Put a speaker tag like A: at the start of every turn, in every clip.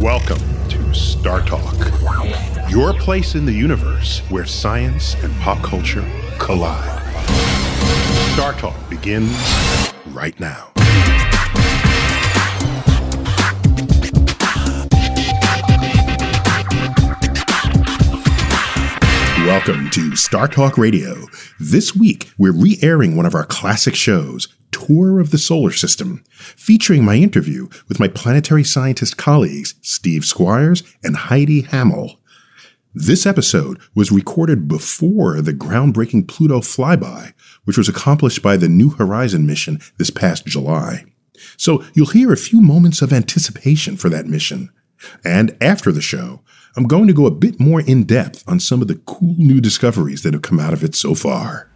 A: Welcome to Star Talk, your place in the universe where science and pop culture collide. Star Talk begins right now. Welcome to Star Talk Radio. This week, we're re airing one of our classic shows, Tour of the Solar System, featuring my interview with my planetary scientist colleagues, Steve Squires and Heidi Hamel. This episode was recorded before the groundbreaking Pluto flyby, which was accomplished by the New Horizon mission this past July. So you'll hear a few moments of anticipation for that mission. And after the show, I'm going to go a bit more in depth on some of the cool new discoveries that have come out of it so far.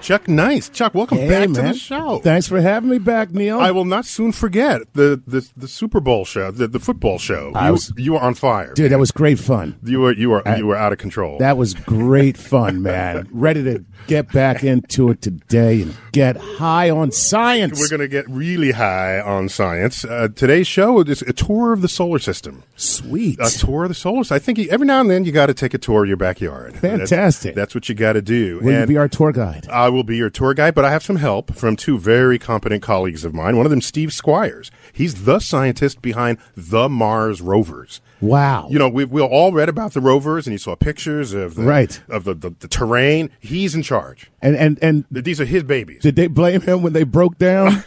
A: Chuck Nice. Chuck, welcome
B: Hey,
A: back to
B: man.
A: the show.
B: Thanks for having me back, Neil.
A: I will not soon forget the, the, the Super Bowl show, the, the football show.
B: I
A: you,
B: was-
A: you were on fire.
B: Dude, that was great fun.
A: You were you were you were out of control.
B: That was great fun, man. Ready to get back into it today and get high on science.
A: We're going to get really high on science. Uh, today's show is a tour of the solar system.
B: Sweet.
A: A tour of the solar system. I think you, every now and then you got to take a tour of your backyard. That's-
B: Fantastic.
A: That's, what you got to do.
B: Will you
A: And
B: be our tour guide?
A: I will be your tour guide, but I have some help from two very competent colleagues of mine. One of them, Steve Squires. He's the scientist behind the Mars rovers.
B: Wow.
A: You know, we we all read about the rovers, and you saw pictures of the,
B: Right.
A: of the, the, the terrain. He's in charge.
B: and and and
A: These are his babies.
B: did they blame him when they broke down?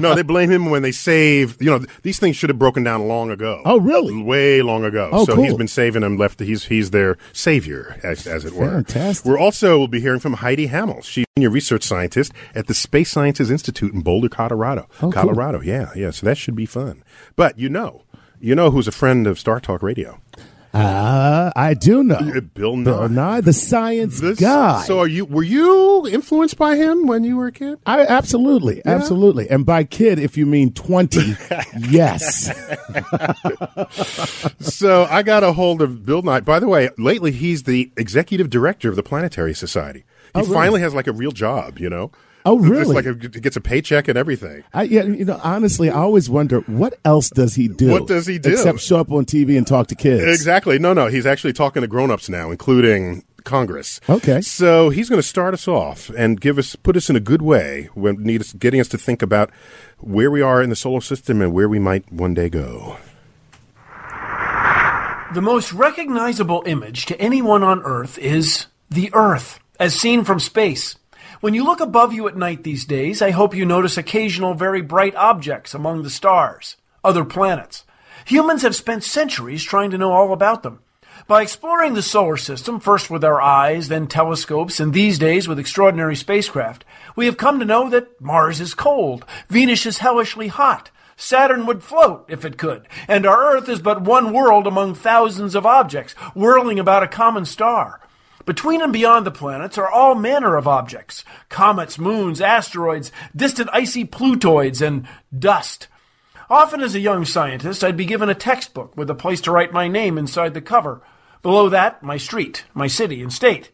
A: no, they blame him when they save. You know, th- these things should have broken down long ago.
B: Oh, really?
A: Way long ago.
B: Oh,
A: so
B: cool.
A: he's been saving them. Left. He's he's their savior, as, as it were.
B: Fantastic.
A: We're also will be hearing from Heidi Hamel. She's a senior research scientist at the Space Sciences Institute in Boulder, Colorado.
B: Oh, cool.
A: Colorado. Yeah, yeah. So that should be fun. But you know, you know who's a friend of Star Talk Radio?
B: uh, I do know.
A: Bill Nye.
B: Bill Nye, the science
A: This-
B: guy.
A: So are you? Were you influenced by him when you were a kid?
B: I absolutely, absolutely. And by kid, if you mean 20, yes.
A: So I got a hold of Bill Knight. By the way, lately he's the executive director of the Planetary Society. He
B: Oh, really?
A: finally has like a real job, you know.
B: Oh,
A: It's
B: really?
A: like a, gets a paycheck and everything.
B: I, yeah, you know, honestly, I always wonder what else does he do?
A: What does he do?
B: except show up on TV and talk to kids?
A: Exactly. No, no. He's actually talking to grown-ups now, including Congress.
B: Okay.
A: So he's going to start us off and give us, put us in a good way when need us, getting us to think about where we are in the solar system and where we might one day go.
C: The most recognizable image to anyone on Earth is the Earth, as seen from space. When you look above you at night these days, I hope you notice occasional very bright objects among the stars, other planets. Humans have spent centuries trying to know all about them. By exploring the solar system, first with our eyes, then telescopes, and these days with extraordinary spacecraft, we have come to know that Mars is cold, Venus is hellishly hot, Saturn would float if it could, and our Earth is but one world among thousands of objects whirling about a common star. Between and beyond the planets are all manner of objects comets, moons, asteroids, distant icy plutoids, and dust. Often, as a young scientist, I'd be given a textbook with a place to write my name inside the cover. Below that, my street, my city, and state.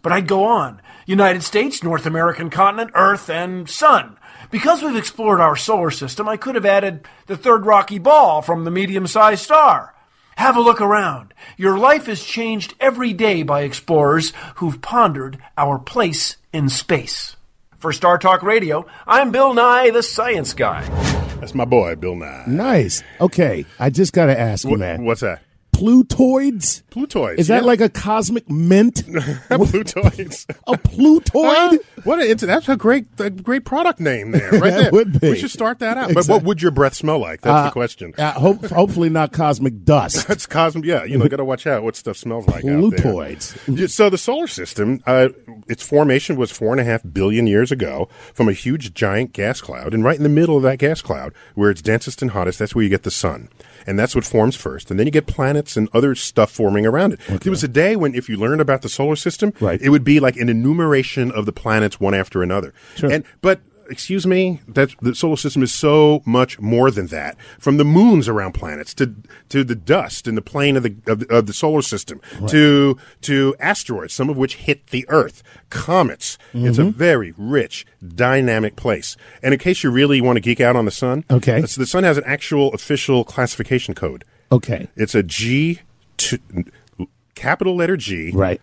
C: But I'd go on United States, North American continent, Earth, and Sun. Because we've explored our solar system, I could have added the third rocky ball from the medium sized star. Have a look around. Your life is changed every day by explorers who've pondered our place in space. For Star Talk Radio, I'm Bill Nye, the Science Guy.
A: That's my boy, Bill Nye.
B: Nice. Okay, I just got to ask you, man.
A: What's that?
B: Plutoids?
A: Plutoids.
B: Is that
A: yeah.
B: like a cosmic mint?
A: Plutoids?
B: a plutoid?
A: Uh, what a, it's, that's a great a great product name there, right
B: That
A: there.
B: would be.
A: We should start that out. But what
B: Exact-
A: would your breath smell like? That's the question.
B: Uh, hope, hopefully not cosmic dust.
A: That's cosmic. Yeah, you know, got to watch out what stuff smells like.
B: Plutoids.
A: Out there. Yeah, So the solar system, uh, its formation was four and a half billion years ago from a huge giant gas cloud, and right in the middle of that gas cloud, where it's densest and hottest, that's where you get the sun, and that's what forms first, and then you get planets and other stuff forming around it. There was a day when, if you learned about the solar system,
B: Right.
A: it would be like an enumeration of the planets one after another, and but. excuse me, that the solar system is so much more than that. From the moons around planets to to the dust in the plane of the of, the- of the solar system to to asteroids, some of which hit the Earth, comets. It's a very rich, dynamic place. And in case you really want to geek out on the sun,
B: Okay.
A: it's- the sun has an actual official classification code.
B: Okay.
A: It's a G, to, capital letter G,
B: Right.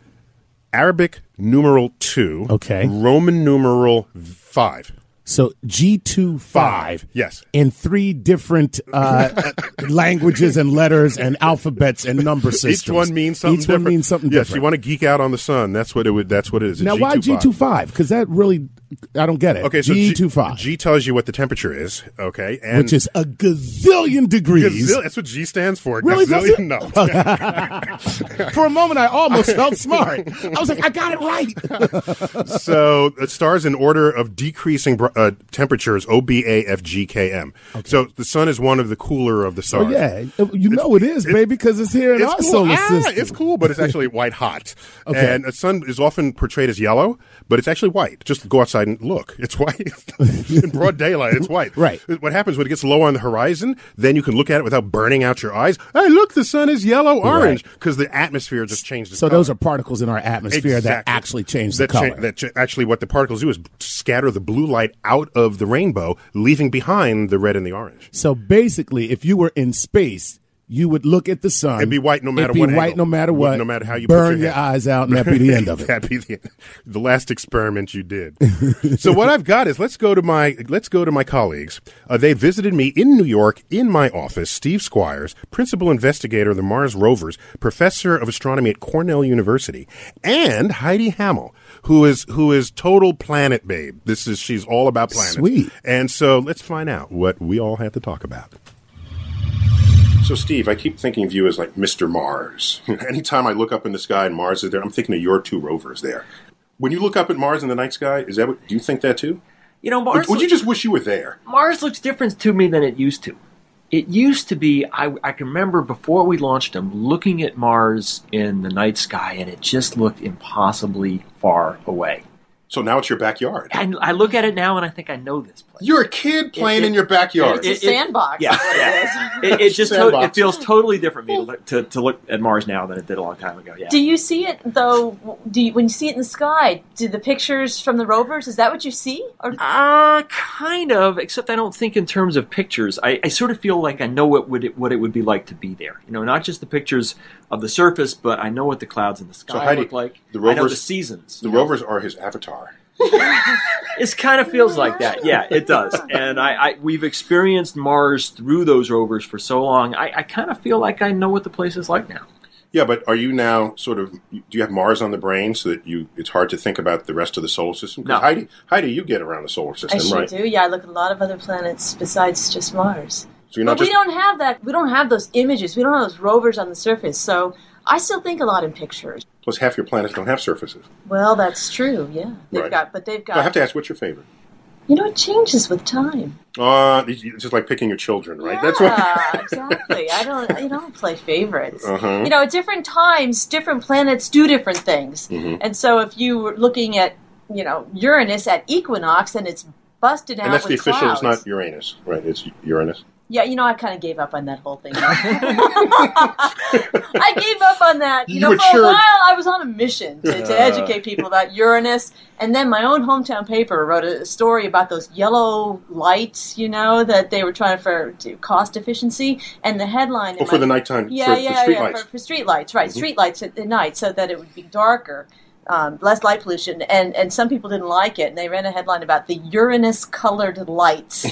A: Arabic numeral two,
B: Okay.
A: Roman numeral five.
B: So G25.
A: Yes.
B: In three different uh, languages and letters and alphabets and number systems.
A: Each one means something.
B: Each one
A: different.
B: means something
A: Yes,
B: different.
A: you want to geek out on the sun. That's what it would. That's what it is. a
B: now, why
A: G25?
B: G25? Because that really, I don't get it.
A: Okay, so G-
B: G25,
A: G tells you what the temperature is. Okay, and
B: which is a gazillion degrees.
A: Gazillion- that's what G stands for.
B: Really, does
A: Gazillion?
B: it?
A: No.
B: For a moment, I almost felt smart. I was like, I got it right.
A: so the stars in order of decreasing br- uh, temperatures O B A F G K M. So the sun is one of the cooler of the stars.
B: Oh, yeah, you know it is, baby, because it's here in our solar
A: Ah,
B: system.
A: it's cool, but it's actually white hot.
B: Okay.
A: And the sun is often portrayed as yellow, but it's actually white. Just go outside and look. It's white. In broad daylight, it's white.
B: Right.
A: What happens when it gets low on the horizon, then you can look at it without burning out your eyes. Hey, look, the sun is yellow orange because the atmosphere just changed. Its
B: So
A: color.
B: those are particles in our atmosphere that
A: Exactly.
B: actually change the
A: that cha-
B: color.
A: that cha- actually, what the particles do is scatter the blue light out of the rainbow, leaving behind the red and the orange.
B: so basically, if you were in space, you would look at the sun.
A: It'd be white no matter
B: it'd be
A: what
B: white
A: angle.
B: no matter what.
A: No matter how you put
B: burn
A: your
B: your,
A: hand.
B: eyes out, and that'd be the end of it.
A: That'd be the, the last experiment you did. so what I've got is let's go to my let's go to my colleagues. Uh, they visited me in New York in my office. Steve Squires, principal investigator of the Mars rovers, professor of astronomy at Cornell University, and Heidi Hamel, who is who is total planet babe. This is she's all about planets.
B: Sweet.
A: And so let's find out what we all had to talk about. So, Steve, I keep thinking of you as like Mr. Mars. Anytime I look up in the sky and Mars is there, I'm thinking of your two rovers there. When you look up at Mars in the night sky, is that what do you think that too?
C: You know,
A: Or
C: Mars,
A: would you just wish you were there?
C: Mars looks different to me than it used to. It used to be, I, I can remember before we launched them, looking at Mars in the night sky, and it just looked impossibly far away.
A: So now it's your backyard.
C: And I look at it now, and I think I know this place.
A: You're a kid playing in your backyard.
D: It's a
C: It- it-
D: sandbox.
C: Yeah,
D: is what it is.
C: yeah. It, it just to-
A: Sandbox.
C: it feels totally different to me to look, to, to look at Mars now than it did a long time ago. Yeah.
D: Do you see it though? Do you, when you see it in the sky? Do the pictures from the rovers? Is that what you see? Or
C: Uh, kind of. Except I don't think in terms of pictures. I, I sort of feel like I know what would it, what it would be like to be there. You know, not just the pictures of the surface, but I know what the clouds in the sky
A: Heidi,
C: look like.
A: the
C: I know the
A: rovers-
C: seasons.
A: the rovers are his avatar.
C: It kind of feels like that. Yeah, it does. And I, I we've experienced Mars through those rovers for so long. I, I kind of feel like I know what the place is like now.
A: Yeah, but are you now sort of? Do you have Mars on the brain so that you? It's hard to think about the rest of the solar system. 'Cause
C: No.
A: Heidi, Heidi, you get around the solar
D: I
A: system,
D: sure
A: right?
D: do. Yeah, I look at a lot of other planets besides just Mars.
A: So you're
D: But
A: not
D: we
A: just
D: don't have that. We don't have those images. We don't have those rovers on the surface. So I still think a lot in pictures.
A: plus half your planets don't have surfaces.
D: Well, that's true. Yeah, they've
A: Right.
D: got, but they've got.
A: I have to ask, what's your favorite?
D: you know, it changes with time.
A: Uh, it's just like picking your children, right?
D: Yeah,
A: That's what.
D: exactly. I don't. You don't play favorites.
A: Uh-huh.
D: You know, at different times, different planets do different things.
A: Mm-hmm.
D: And so, if you were looking at, you know, Uranus at equinox and it's busted out
A: And that's the
D: with
A: official.
D: clouds.
A: It's not Uranus, right? It's Uranus.
D: yeah, you know, I kind of gave up on that whole thing. I gave up on that. You,
A: You
D: know,
A: were
D: for a
A: sure-
D: while, I was on a mission to, to educate people about Uranus, and then my own hometown paper wrote a story about those yellow lights. You know, that they were trying for to cost efficiency, and the headline. in
A: Oh, for
D: my-
A: the nighttime.
D: yeah,
A: for,
D: yeah,
A: for Mm-hmm. street
D: yeah,
A: lights.
D: For, for street lights, right? Street lights at, at night, so that it would be darker, um, less light pollution, and and some people didn't like it, and they ran a headline about the Uranus colored lights.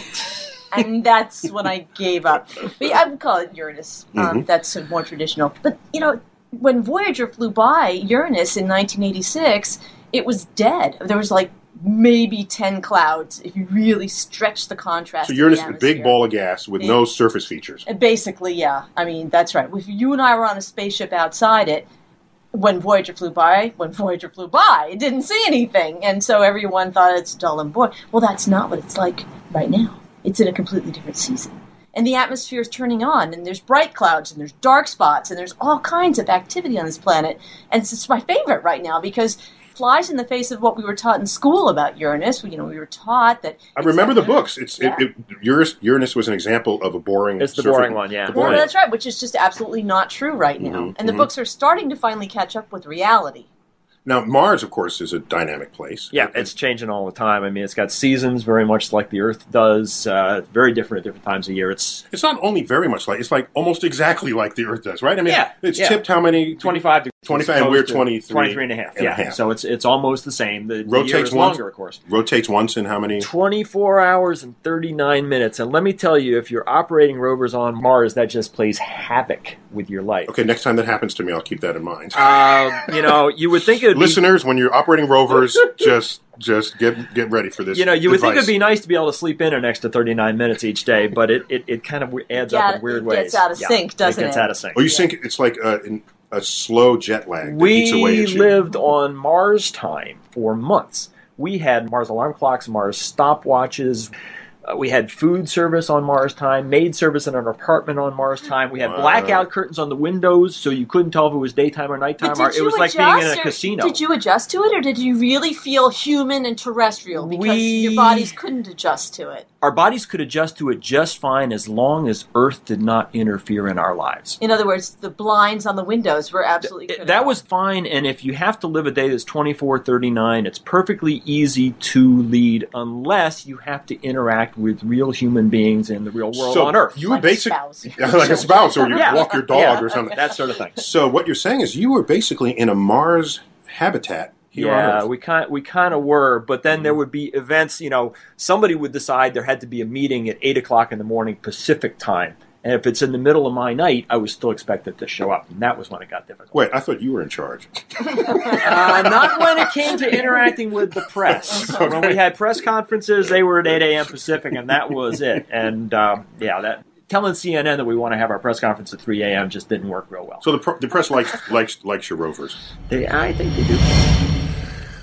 D: And that's when I gave up. But yeah, I would call it Uranus. Um,
A: Mm-hmm.
D: That's sort of more traditional. But you know, when Voyager flew by Uranus in 1986, it was dead. There was like maybe 10 clouds if you really stretch the contrast.
A: So
D: of
A: Uranus, is
D: the
A: a big
D: atmosphere.
A: ball of gas with no surface features.
D: Uh, Basically, yeah. I mean, that's right. If you and I were on a spaceship outside it, when Voyager flew by, when Voyager flew by, it didn't see anything. And so everyone thought it's dull and boring. Well, that's not what it's like right now. It's in a completely different season. And the atmosphere is turning on, and there's bright clouds, and there's dark spots, and there's all kinds of activity on this planet. And it's just my favorite right now because flies in the face of what we were taught in school about Uranus. You know, we were taught that.
A: I remember the books. It's it, it, Uranus, Uranus was an example of a boring.
C: It's the
A: surfer-
C: boring one, yeah.
A: the
D: Well,
A: boring-
D: that's right, which is just absolutely not true right now.
C: Mm-hmm,
A: Mhm,
D: and the
A: mhm.
D: books are starting to finally catch up with reality.
A: Now Mars, of course, is a dynamic place.
C: Yeah,
A: It-
C: it's changing all the time. I mean, it's got seasons very much like the Earth does. Uh, very different at different times of year. It's
A: it's not only very much like it's like almost exactly like the Earth does, right? I mean,
C: Yeah,
A: it's
C: yeah.
A: tipped how many
C: 25 degrees.
A: 25, and
C: as
A: we're
C: opposed to
A: 23
C: 23 and a half.
A: and a
C: yeah,
A: half.
C: so it's it's almost the same. The, the year
A: Rotates
C: is
A: once-
C: longer, of course.
A: rotates once in how many?
C: 24 hours and 39 minutes. And let me tell you, if you're operating rovers on Mars, that just plays havoc with your life.
A: Okay, next time that happens to me, I'll keep that in mind.
C: Uh, you know, you would think it would be
A: Listeners, when you're operating rovers, just just get get ready for this.
C: you know, you would think
A: advice.
C: it'd be nice to be able to sleep in an extra 39 minutes each day, but it, it, it kind of adds up
D: Yeah,
C: in weird
D: it
C: ways.
D: gets out of sync, doesn't
C: it? gets
D: it?
C: out of sync.
A: Oh, you think it's like a, in- a slow jet lag that eats away
C: we
A: at you.
C: lived on Mars time for months. We had Mars alarm clocks, Mars stopwatches. Uh, we had food service on Mars time, maid service in our apartment on Mars time. We had
A: Wow.
C: blackout curtains on the windows, so you couldn't tell if it was daytime or nighttime.
D: But
C: Or,
D: did
C: it
D: you
C: was like
D: adjust?
C: being in a
D: or-
C: casino.
D: Did you adjust to it, or did you really feel human and terrestrial because
C: We-
D: your bodies couldn't adjust to it?
C: Our bodies could adjust to it just fine as long as Earth did not interfere in our lives.
D: In other words, the blinds on the windows were absolutely
C: It-
D: critical.
C: that was fine and if you have to live a day that's 2439 it's perfectly easy to lead unless you have to interact with real human beings in the real world
A: so
C: on earth
A: You were
D: like
A: basic
D: spouse.
A: Yeah, like a spouse, or you
C: Yeah.
A: walk your dog
C: Yeah.
A: or something.
C: that sort of thing
A: So what you're saying is you were basically in a Mars habitat here
C: yeah
A: on Earth. Mm-hmm.
C: we kind we kind of were but then there would be events you know somebody would decide there had to be a meeting at 8 o'clock in the morning pacific time and if it's in the middle of my night i was still expected to show up and that was when it got difficult
A: Wait, I thought you were in charge.
C: Uh, not when it came to interacting with the press. When we had press conferences, they were at 8 a.m. Pacific, and that was it. And um, yeah, that telling CNN that we want to have our press conference at 3 a.m. just didn't work real well.
A: So the, pro- the press likes likes likes your rovers.
C: They, I think they do.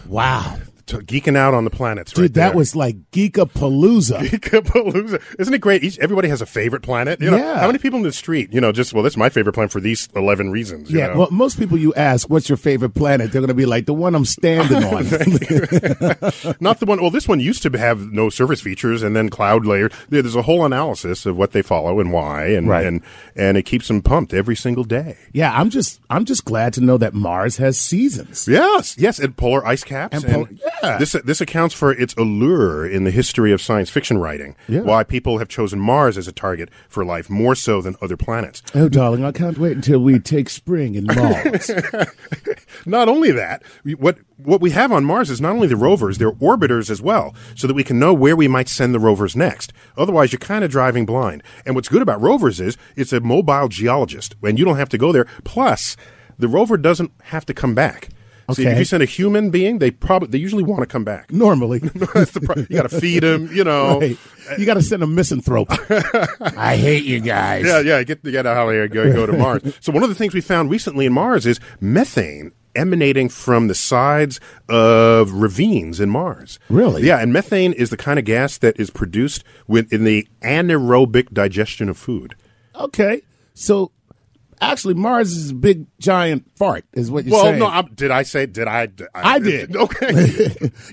B: Wow.
A: So geeking out on the planets,
B: Dude, that was like Geekapalooza.
A: Palooza. Isn't it great? Each, everybody has a favorite planet. You know,
B: Yeah.
A: How many people in the street? You know, just well, that's my favorite planet for these eleven reasons. you
B: Yeah,
A: know?
B: well, most people you ask, what's your favorite planet? They're going to be like, the one I'm standing on.
A: not the one. Well, this one used to have no service features and then cloud layer. There- There's a whole analysis of what they follow and why, and
B: Right.
A: and and it keeps them pumped every single day.
B: yeah, I'm just, I'm just glad to know that Mars has seasons.
A: Yes, yes, and polar ice caps.
B: And polar- yeah.
A: This this accounts for its allure in the history of science fiction writing.
B: Yeah.
A: Why people have chosen Mars as a target for life more so than other planets.
B: Oh, darling, I can't wait until we take spring in Mars.
A: Not only that, we- what what we have on Mars is not only the rovers, they're orbiters as well, so that we can know where we might send the rovers next. Otherwise, you're kind of driving blind. And what's good about rovers is it's a mobile geologist, and you don't have to go there. Plus, the rover doesn't have to come back. See, if
B: Okay.
A: you send a human being, they probably they usually want to come back.
B: Normally,
A: That's the pro- you got to feed him, you know.
B: Hey, you got to send a misanthrope. I hate you guys.
A: Yeah, yeah, get get out of here, and go, go to Mars. so one of the things we found recently in Mars is methane emanating from the sides of ravines in Mars.
B: Really?
A: Yeah, and methane is the kind of gas that is produced with in the anaerobic digestion of food.
B: Okay, so actually, Mars is a big giant fart, is what you're
A: well,
B: saying.
A: no, I'm, did I say did I?
B: I did.
A: Okay,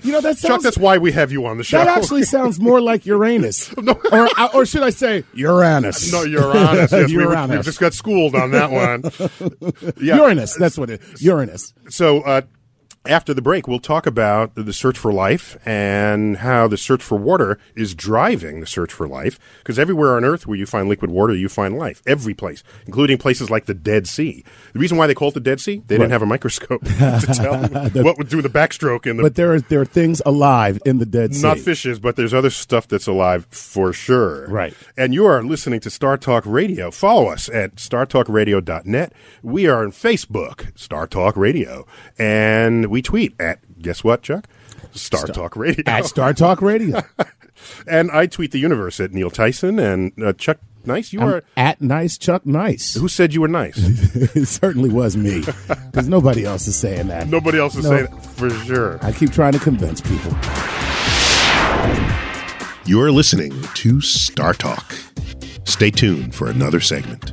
B: you know that
A: Chuck,
B: sounds
A: that's why we have you on the show.
B: that actually sounds more like Uranus, or or should I say Uranus?
A: No, Uranus. Yes, we were- We,
B: Uranus.
A: just got schooled on that one. Yeah.
B: Uranus. That's what it. is. Uranus.
A: So uh, after the break, we'll talk about the search for life and how the search for water is driving the search for life. Because everywhere on Earth where you find liquid water, you find life. Every place, including places like the Dead Sea. The reason why they call it the Dead Sea, they didn't have a microscope to tell what would do the backstroke in the.
B: But there are there are things alive in the Dead Sea.
A: not fishes, but there's other stuff that's alive for sure.
B: Right.
A: And you are listening to Star Talk Radio. Follow us at startalkradio.net. We are on Facebook, Star Talk Radio, and we tweet at guess what, Chuck? Star, Talk Radio.
B: at Star Talk Radio.
A: and I tweet the universe at Neil Tyson and uh, Chuck Nice. You
B: I'm
A: are.
B: at nice Chuck Nice.
A: Who said you were nice?
B: it certainly was me, because nobody else is saying that.
A: Nobody else is
B: No.
A: saying that for sure.
B: I keep trying to convince people.
A: You're listening to Star Talk. Stay tuned for another segment.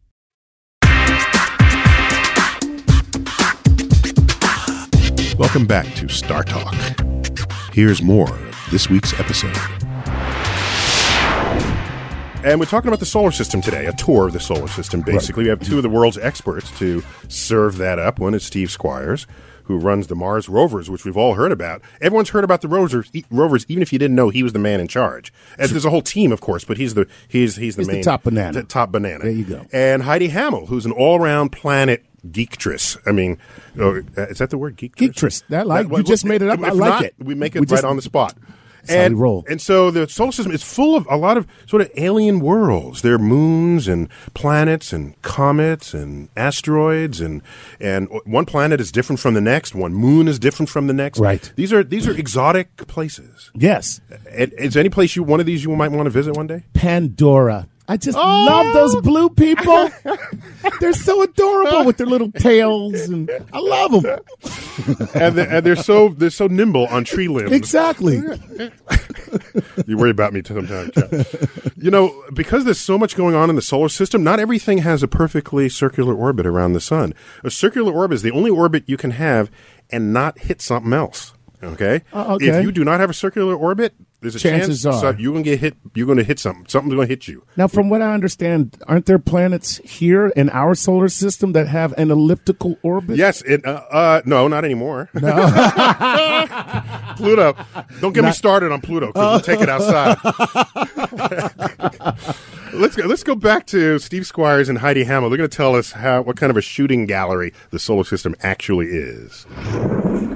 A: Welcome back to Star Talk. Here's more of this week's episode. And we're talking about the solar system today, a tour of the solar system, basically. We have two of the world's experts to serve that up. One is Steve Squires, who runs the Mars rovers, which we've all heard about. Everyone's heard about the rovers, e- rovers even if you didn't know he was the man in charge. And there's a whole team, of course, but he's the he's he's the
E: He's the
A: main
E: top banana.
A: the top banana.
E: There you go.
A: And Heidi Hamill, who's an all round planet geektress. I mean, oh, uh, is that the word geektress?
E: Geektress. That like-
A: what-
E: you just made it up.
A: If
E: I like
A: not,
E: it.
A: We make it
E: We
A: right
E: just-
A: on the spot.
E: how
A: and,
E: we roll.
A: and so the solar system is full of a lot of sort of alien worlds. There are moons and planets and comets and asteroids and and one planet is different from the next. One moon is different from the next.
E: Right.
A: These are these are exotic places.
E: Yes.
A: And Is any place you one of these you might want to visit one day?
E: Pandora. I just love those
A: Oh!
E: blue people. They're so adorable with their little tails, and I love them.
A: and, they and they're so they're so nimble on tree limbs.
E: Exactly.
A: You worry about me sometimes. yeah. you know, because there's so much going on in the solar system, not everything has a perfectly circular orbit around the sun. A circular orbit is the only orbit you can have and not hit something else. Okay?
E: Uh, okay.
A: If you do not have a circular orbit, there's a
E: Chances
A: chance
E: are.
A: so you're gonna get hit you're gonna hit something. Something's gonna hit you.
E: Now, from what I understand, aren't there planets here in our solar system that have an elliptical orbit?
A: Yes, it, uh, uh, no, not anymore. Pluto. Don't get me started on Pluto. 'cause we'll take it outside. let's go, let's go back to Steve Squires and Heidi Hamill. They're going to tell us how what kind of a shooting gallery the solar system actually is.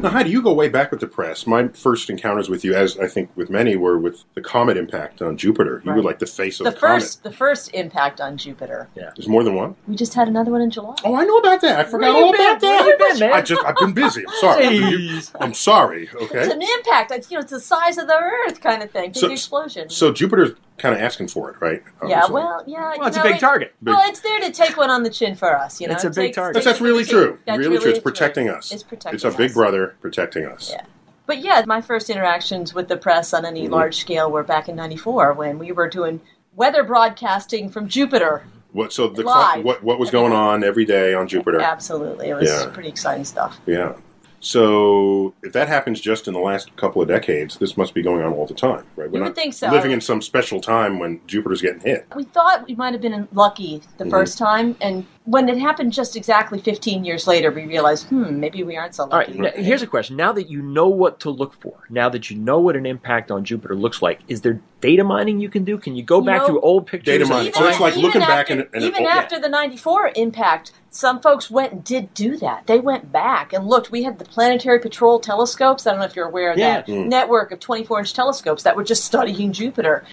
A: Now, Heidi, you go way back with the press. My first encounters with you, as I think with many, were with the comet impact on Jupiter. You were
D: Right.
A: like the face of
D: The
A: the,
D: first, the first impact on Jupiter.
A: comet. There's more than one.
D: We just had another one in July.
A: Oh, I know about that. I forgot
C: Where you
A: all
C: been?
A: about
C: Where you been,
A: that.
C: man?
A: I just I've been busy. I'm sorry. You-
C: Jeez.
A: I'm sorry.
D: It's
A: Okay.
D: an impact. It's, you know, it's the size of the Earth kind of thing. Big
A: So-
D: explosion.
A: So Jupiter's kind of asking for it, right?
D: yeah,
A: Obviously.
D: well, yeah. you
C: Well, it's a
D: know,
C: big
D: it-
C: target.
D: Well, it's there to take one on the chin for us. You know,
C: It's a
D: It
C: big
D: takes-
C: target.
A: That's,
D: takes-
A: that's really true.
D: That's
A: really true. It's
D: true.
A: protecting us.
D: It's protecting.
A: It's a big
D: us.
A: brother protecting us.
D: Yeah. But yeah, my first interactions with the press on
A: Mm-hmm.
D: any large scale were back in '94 when we were doing weather broadcasting from Jupiter.
A: What? So the
D: Live.
A: what what was going on every day on Jupiter?
D: Absolutely, it was
A: Yeah.
D: pretty exciting stuff.
A: Yeah. So if that happens just in the last couple of decades, this must be going on all the time, right? We're
D: You would
A: not
D: think so.
A: Living in some special time when Jupiter's getting hit. Mm-hmm.
D: We thought we might have been lucky the first time, and when it happened just exactly 15 years later, we realized, hmm, maybe we aren't so
C: All right,
D: lucky.
C: n- here's a question. Now that you know what to look for, now that you know what an impact on Jupiter looks like, is there data mining you can do? Can you go back
D: No.
C: through old pictures?
F: Data
C: and
F: mining.
C: find-
F: So it's like looking back oh,
D: after,
F: in- in an
D: even
F: old-
D: after the 94 impact, some folks went and did do that. They went back and looked. We had the Planetary Patrol telescopes. I don't know if you're aware of
C: Yeah.
D: that
F: Mm.
D: network of 24 inch telescopes that were just studying Jupiter.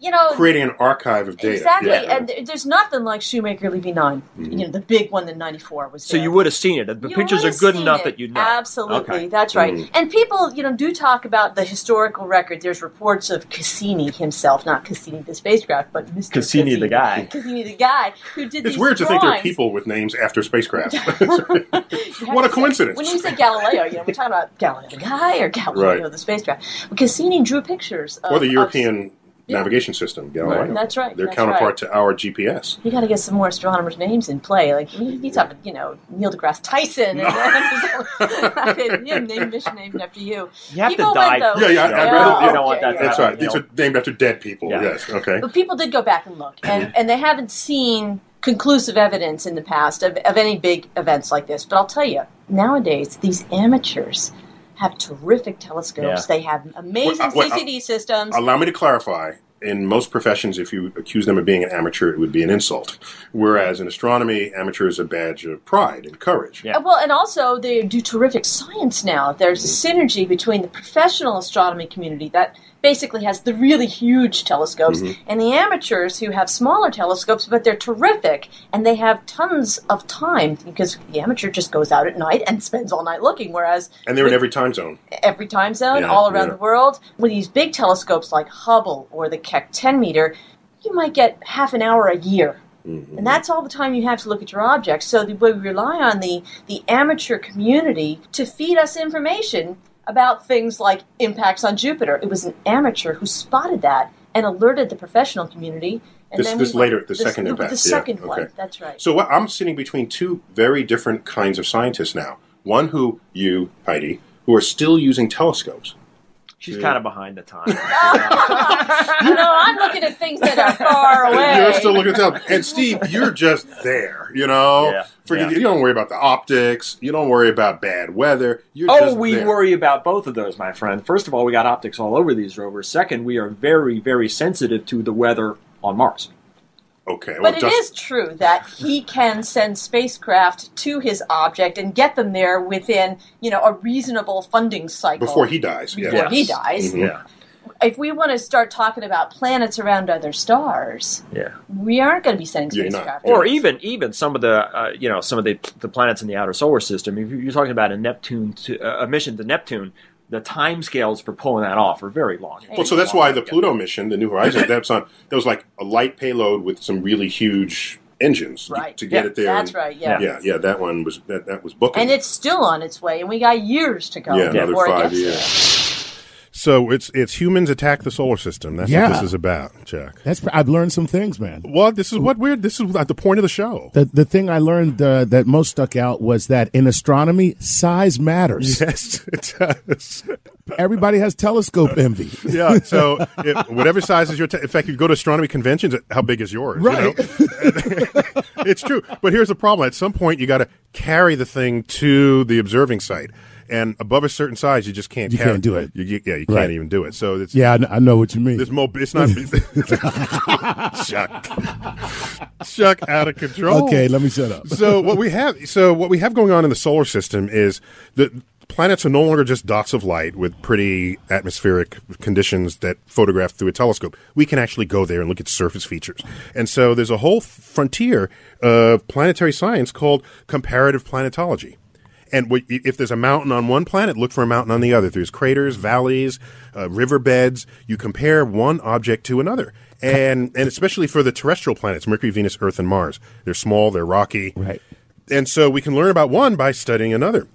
D: You know,
F: Creating an archive of data.
D: exactly.
F: Yeah. Mm-hmm.
D: And th- there's nothing like Shoemaker Levy 9. You know, the big one that 94 was.
C: So
D: there.
C: you would have seen it. The
D: You
C: pictures are
D: would've
C: good
D: seen
C: enough
D: it.
C: that you know.
D: Absolutely,
C: Okay.
D: that's right.
F: Mm.
D: And people, you know, do talk about the historical record. There's reports of Cassini himself, not Cassini the spacecraft, but Mr.
C: Cassini, the guy.
D: Cassini the guy who did
F: It's
D: these
F: weird to think there are
D: drawings.
F: people with names after spacecraft.
D: You have
F: What a
D: to say-
F: coincidence.
D: when you say Galileo, you know, we're talking about Galileo the guy or Galileo
F: Right.
D: the spacecraft. Well, Cassini drew pictures of
F: or the
D: of-
F: European navigation system, Galileo.
D: Right. That's right,
F: Their
D: that's
F: counterpart
D: right.
F: to our GPS.
D: you got to get some more astronomers' names in play. Like you need to have, you know, Neil deGrasse Tyson. And okay, yeah, name mission named after you.
C: You have
D: People
C: to
D: went,
C: dive.
D: though-
F: Yeah, yeah, I'd
C: You
F: rather-
C: don't- you don't want
D: okay,
C: that.
D: yeah.
C: to
F: That's
C: happen,
F: right.
C: you
F: These
C: know.
F: are named after dead people.
C: Yeah.
F: Yes. Okay.
D: But people did go back and look, and, and they haven't seen conclusive evidence in the past of, of any big events like this. But I'll tell you, nowadays, these amateurs have terrific telescopes. They have amazing
F: Wait, uh, wait, uh,
D: CCD systems.
F: Allow me to clarify. In most professions, if you accuse them of being an amateur, it would be an insult. Whereas in astronomy, amateur is a badge of pride and courage.
C: Yeah.
D: Uh, Well, and also they do terrific science now. There's a synergy between the professional astronomy community that basically has the really huge telescopes and the amateurs who have smaller telescopes, but they're terrific and they have tons of time because the amateur just goes out at night and spends all night looking, whereas
F: And they're in every time zone.
D: every time zone
F: Yeah,
D: all around
F: yeah.
D: the world. With these big telescopes like Hubble or the Keck 10 meter, you might get half an hour a year.
F: Mm-hmm.
D: And that's all the time you have to look at your objects. So the, we rely on the, the amateur community to feed us information about things like impacts on Jupiter. It was an amateur who spotted that and alerted the professional community. And
F: This- this
D: went-
F: later, the second
D: the,
F: impact,
D: The
F: yeah,
D: second one,
F: okay.
D: that's right.
F: So what- I'm sitting between two very different kinds of scientists now. One who, you, Heidi, who are still using telescopes.
C: She's kind of behind the time.
D: no, I'm looking at things that are far away.
F: You're still looking at telescopes. And Steve, you're just there, you know?
C: Yeah,
F: Forget,
C: yeah.
F: You don't worry about the optics. You don't worry about bad weather. You're
C: Oh,
F: just
C: we
F: there.
C: worry about both of those, my friend. First of all, we got optics all over these rovers. Second, we are very, very sensitive to the weather on Mars.
F: Okay. Well,
D: But it
F: just,
D: is true that he can send spacecraft to his object and get them there within, you know, a reasonable funding cycle
F: Before he dies. Mm-hmm. Yeah.
D: before he
C: Yes.
D: dies.
C: Yeah,
D: If we want to start talking about planets around other stars,
C: yeah.
D: we aren't going to be sending
F: You're not.
D: spacecraft.
C: Or even even some of the uh, you know some of the the planets in the outer solar system. If you're talking about a Neptune to, uh, a mission to Neptune, the time scales for pulling that off are very long.
F: Well, so that's why the Pluto mission, the New Horizons, that's on. That was like a light payload with some really huge engines
D: Right.
F: to get
C: Yeah.
F: it there.
D: That's
F: and-
D: right, yeah.
F: Yeah, yeah. That one was that, that was booking.
D: And it's still on its way, and we got years to go
F: yeah, another
D: before it
F: five
D: gets there.
F: years. So it's it's humans attack the solar system. That's
B: Yeah.
A: This is about Jack.
B: That's I've learned some things, man.
A: Well, this is what we're. This is at the point of the show.
B: The, the thing I learned uh, that most stuck out was that in astronomy, size matters.
A: Yes, it does.
B: Everybody has telescope envy.
A: Yeah. So it, whatever size is your, te- in fact, you go to astronomy conventions. How big is yours? you
B: Right.
A: know? it's true. But here's the problem: at some point, you got to carry the thing to the observing site, and above a certain size, you just can't.
B: You
A: carry-
B: can't do it.
A: You, you- yeah, you can't
B: Right.
A: even do it. So it's
B: Yeah, I, kn- I know what you mean.
A: This mo- it's not Chuck. Chuck out of control.
B: Okay, let me shut up.
A: so what we have so what we have going on in the solar system is the planets are no longer just dots of light with pretty atmospheric conditions that photograph through a telescope. We can actually go there and look at surface features. And so there's a whole frontier of planetary science called comparative planetology. And what- if there's a mountain on one planet, look for a mountain on the other. If There's craters, valleys, uh, riverbeds. You compare one object to another, and and especially for the terrestrial planets, Mercury, Venus, Earth, and Mars. They're small, they're rocky,
B: Right.
A: And so we can learn about one by studying another.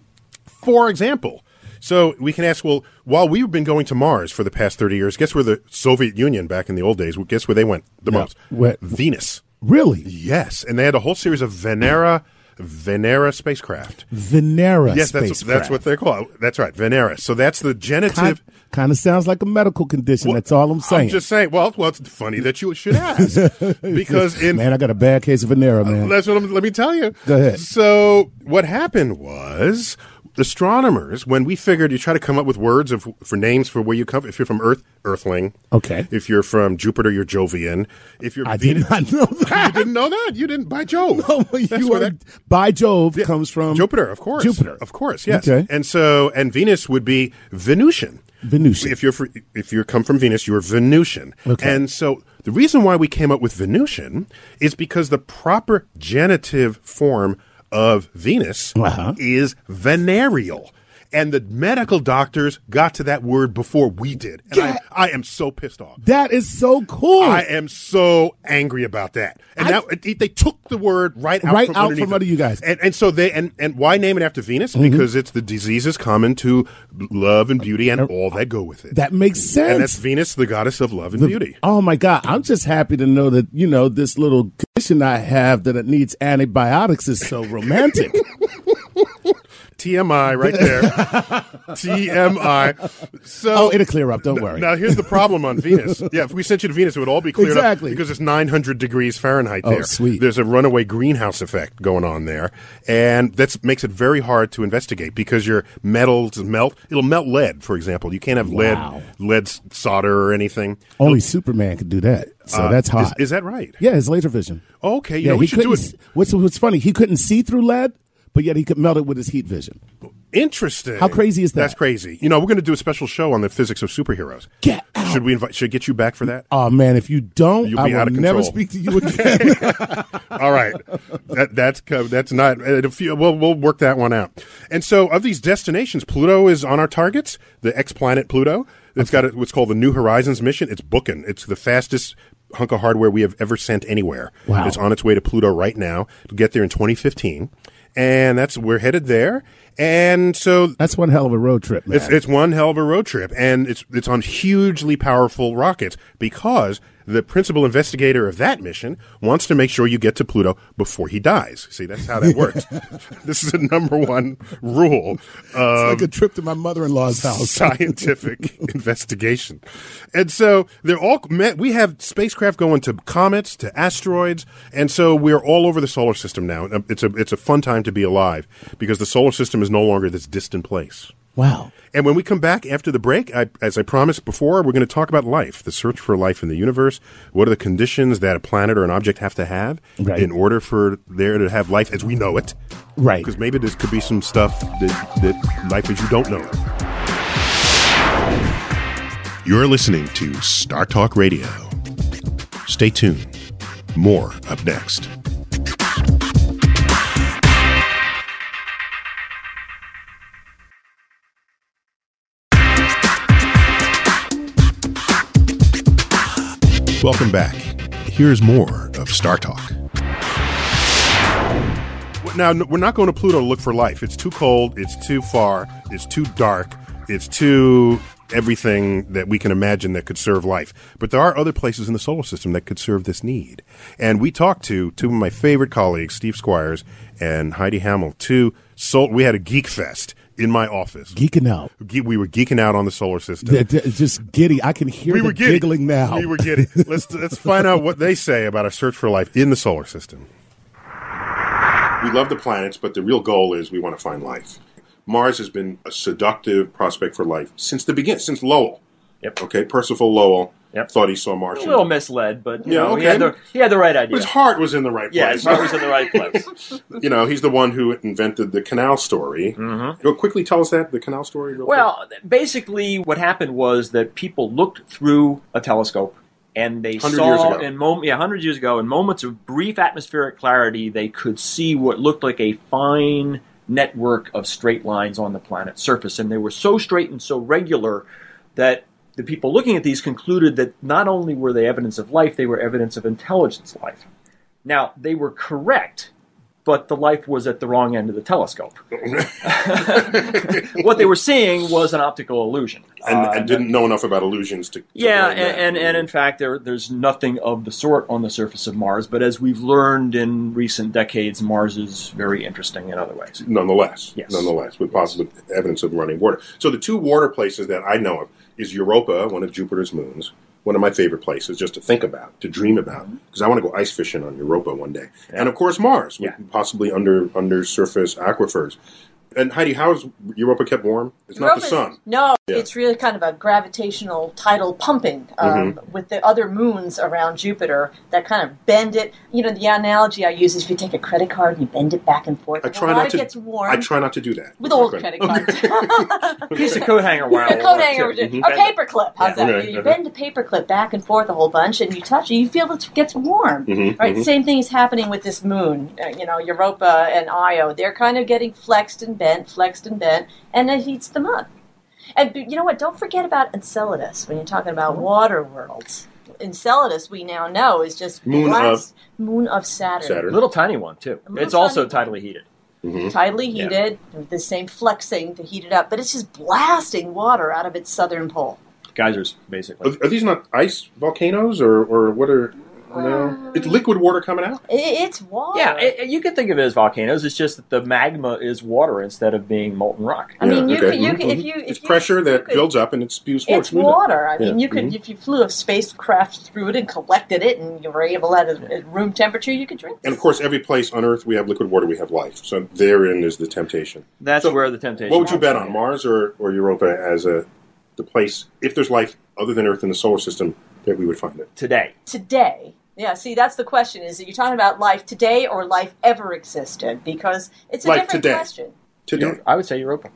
A: For example, so we can ask, well, while we've been going to Mars for the past thirty years, guess where the Soviet Union back in the old days? Guess where they went? The most
B: Where-
A: Venus.
B: Really?
A: Yes, and they had a whole series of Venera Venera spacecraft.
B: Venera
A: Yes, that's
B: spacecraft.
A: that's what they're called. That's right, Venera. So that's the genitive.
B: Kind of sounds like a medical condition.
A: Well,
B: that's all I'm saying.
A: I'm just saying. Well, well, it's funny that you should ask because in
B: man, I got a bad case of Venera, man.
A: That's what I'm, let me tell you.
B: Go ahead.
A: So what happened was astronomers, when we figured you try to come up with words of for names for where you come. If you're from Earth, Earthling.
B: Okay.
A: If you're from Jupiter, you're Jovian. If you're
B: I did
A: Venus-
B: not know that.
A: you didn't know that. You didn't by Jove.
B: Oh, well,
A: That's
B: you
A: where
B: are,
A: that-
B: by Jove comes from
A: Jupiter, of course.
B: Jupiter.
A: of course. Yes.
B: Okay.
A: And so, and Venus would be Venusian.
B: Venusian.
A: If you're fr- if you come from Venus, you're Venusian.
B: Okay.
A: And so, the reason why we came up with Venusian is because the proper genitive form of Venus
B: Uh-huh.
A: is venereal. And the medical doctors got to that word before we did. And
B: Yeah.
A: I, I am so pissed off.
B: That is so cool.
A: I am so angry about that. And
B: I-
A: now they took the word right out
B: Right
A: from
B: out
A: underneath
B: from under
A: it.
B: you guys. Mm-hmm.
A: And, and so they and, and why name it after Venus? Because it's the diseases common to love and beauty and all that go with it.
B: that makes sense.
A: and that's Venus, the goddess of love and beauty.
B: Oh my God! I'm just happy to know that you know this little condition I have that it needs antibiotics is so romantic.
A: TMI right there. TMI. So
B: oh, it'll clear up. Don't worry.
A: now here's the problem on Venus. Yeah, if we sent you to Venus, it would all be cleared
B: Exactly.
A: up because it's 900 degrees Fahrenheit
B: Oh,
A: there.
B: sweet.
A: There's a runaway greenhouse effect going on there, and that makes it very hard to investigate because your metals melt. It'll melt lead, for example. You can't have
B: Wow.
A: lead lead s- solder or anything.
B: Only Superman could do that. So
A: Uh,
B: that's
A: is-
B: hot.
A: Is, that right?
B: yeah, his laser vision.
A: Okay, you
B: yeah,
A: know we
B: he
A: should do
B: couldn't.
A: it.
B: s- What's what's funny? He couldn't see through lead, but yet he could melt it with his heat vision.
A: Interesting.
B: How crazy is that?
A: That's crazy. You know, we're going to do a special show on the physics of superheroes.
B: Get out.
A: Should we invite? Should I get you back for that?
B: Oh man, if you don't,
A: You'll
B: I
A: be
B: will
A: out of
B: never
A: control.
B: speak to you again.
A: All right, that, that's co- that's not. uh, If you, we'll we'll work that one out. And so, of these destinations, Pluto is on our targets. The ex-planet Pluto. It's got a, what's called the New Horizons mission. It's booking. It's the fastest hunk of hardware we have ever sent anywhere.
B: Wow.
A: It's on its way to Pluto right now. It'll get there in 2015, and that's we're headed there. And so
B: that's one hell of a road trip, man.
A: it's, it's one hell of a road trip, and it's it's on hugely powerful rockets because the principal investigator of that mission wants to make sure you get to Pluto before he dies. See, that's how that works. this is the number one rule of
B: like a trip to my mother-in-law's house.
A: scientific investigation. And so they're all met. We have spacecraft going to comets, to asteroids, and so we're all over the solar system now. Um, It's a it's a fun time to be alive because the solar system is no longer this distant place.
B: Wow.
A: And when we come back after the break, I, as I promised before, we're going to talk about life, the search for life in the universe. What are the conditions that a planet or an object have to have
B: Right.
A: in order for there to have life as we know it?
B: Right.
A: Because maybe this could be some stuff that, that life as you don't know it.
G: You're listening to Star Talk Radio. Stay tuned. More up next.
A: Welcome back.
G: Here's more of Star Talk.
A: Now, n- we're not going to Pluto to look for life. It's too cold, it's too far, it's too dark, it's too everything that we can imagine that could serve life. But there are other places in the solar system that could serve this need. And we talked to two of my favorite colleagues, Steve Squires and Heidi Hamill, two sol- we had a geek fest in my office.
B: Geeking out.
A: Ge- we were geeking out on the solar system.
B: They're- they're Just giddy. I can hear
A: we
B: them
A: were giddy.
B: giggling now.
A: We were giddy. let's let's find out what they say about our search for life in the solar system. We love the planets, but the real goal is we want to find life. Mars has been a seductive prospect for life since the beginning, since Lowell.
C: Yep.
A: Okay, Percival Lowell
C: Yep.
A: thought he saw Mars.
C: A little misled, but you
A: Yeah,
C: know,
A: okay.
C: he, had the, he had the right idea.
A: His heart was in the right
C: yeah,
A: place.
C: his heart was in the right place.
A: you know, he's the one who invented the canal story. Mm-hmm. Go quickly tell us that the canal story. Real
C: Well, basically, what happened was that people looked through a telescope and they
A: 100
C: saw
A: years ago.
C: in mom- yeah, 100 years ago, in moments of brief atmospheric clarity, they could see what looked like a fine network of straight lines on the planet's surface. And they were so straight and so regular that the people looking at these concluded that not only were they evidence of life, they were evidence of intelligence life. Now, they were correct but the light was at the wrong end of the telescope. what they were seeing was an optical illusion.
A: and, and didn't know enough about illusions to. to
C: uh, Yeah,
A: blame that.
C: and, and, and in fact, there there's nothing of the sort on the surface of Mars. But as we've learned in recent decades, Mars is very interesting in other ways.
A: nonetheless,
C: Yes.
A: nonetheless, with possible evidence of running water. So the two water places that I know of is Europa, one of Jupiter's moons, one of my favorite places just to think about, to dream about,
C: Mm-hmm.
A: because I want to go ice fishing on Europa one day, and of course Mars, with
C: Yeah.
A: possibly under under surface aquifers. And Heidi, how is Europa kept warm? It's not the
D: Europa-
A: sun.
D: No,
A: Yeah.
D: it's really kind of a gravitational tidal pumping um,
A: Mm-hmm.
D: with the other moons around Jupiter that kind of bend it. You know, the analogy I use is if you take a credit card and you bend it back and forth,
A: I
D: the
A: try
D: water
A: not to.
D: gets warm
A: I try not to do that
D: with old credit cards.
C: Piece of coat hanger wire.
D: A
C: will
D: coat
C: work,
D: hanger,
C: too.
D: would do- a paper clip. How's
A: Mm-hmm. Yeah.
D: that?
A: Okay,
D: You
A: okay.
D: bend a paper clip back and forth a whole bunch, and you touch it. You feel it gets warm.
A: Mm-hmm,
D: right. Same thing is happening with this moon. Uh, you know, Europa and Io. They're kind of getting flexed and bent, flexed and bent, and it heats them up. And b- you know what? Don't forget about Enceladus when you're talking about
A: Mm-hmm.
D: water worlds. Enceladus, we now know, is just
A: Moon
D: blast- moon of Saturn,
A: Saturn. Mm-hmm.
C: Little tiny one too.
D: little
C: It's also
D: tiny-
C: tidally heated.
D: tidally heated, with the same flexing to heat it up, but it's just blasting water out of its southern pole.
C: Geysers, basically.
A: Are, are these not ice volcanoes or or what are?
D: Um.
A: No, it's liquid water coming out.
D: I- It's water.
C: Yeah, it, it- you can think of it as volcanoes. It's just that the magma is water instead of being molten rock.
D: I mean, you
A: okay.
D: could, you
A: Mhm,
D: could, if
A: mhm.
D: you, if
A: it's
D: you-
A: pressure
D: you
A: that
D: could-
A: builds up and it spews forth.
D: It's
A: moves it.
D: water. I mean,
A: Yeah. mm-hmm.
D: you could, if you flew a spacecraft through it and collected it, and you were able at, a, at room temperature, you could drink.
A: And of course, every place on Earth we have liquid water, we have life. So therein is the temptation.
C: That's
A: So,
C: where the temptation.
A: What would you
C: comes
A: bet
C: from.
A: on, Mars or, or Europa as a the place if there's life other than Earth in the solar system that we would find it?
C: today?
D: today. Yeah, see, that's the question: is that you're talking about life today or life ever existed? Because it's a
A: Life
D: different
A: today.
D: question.
A: Today,
C: I would say Europa.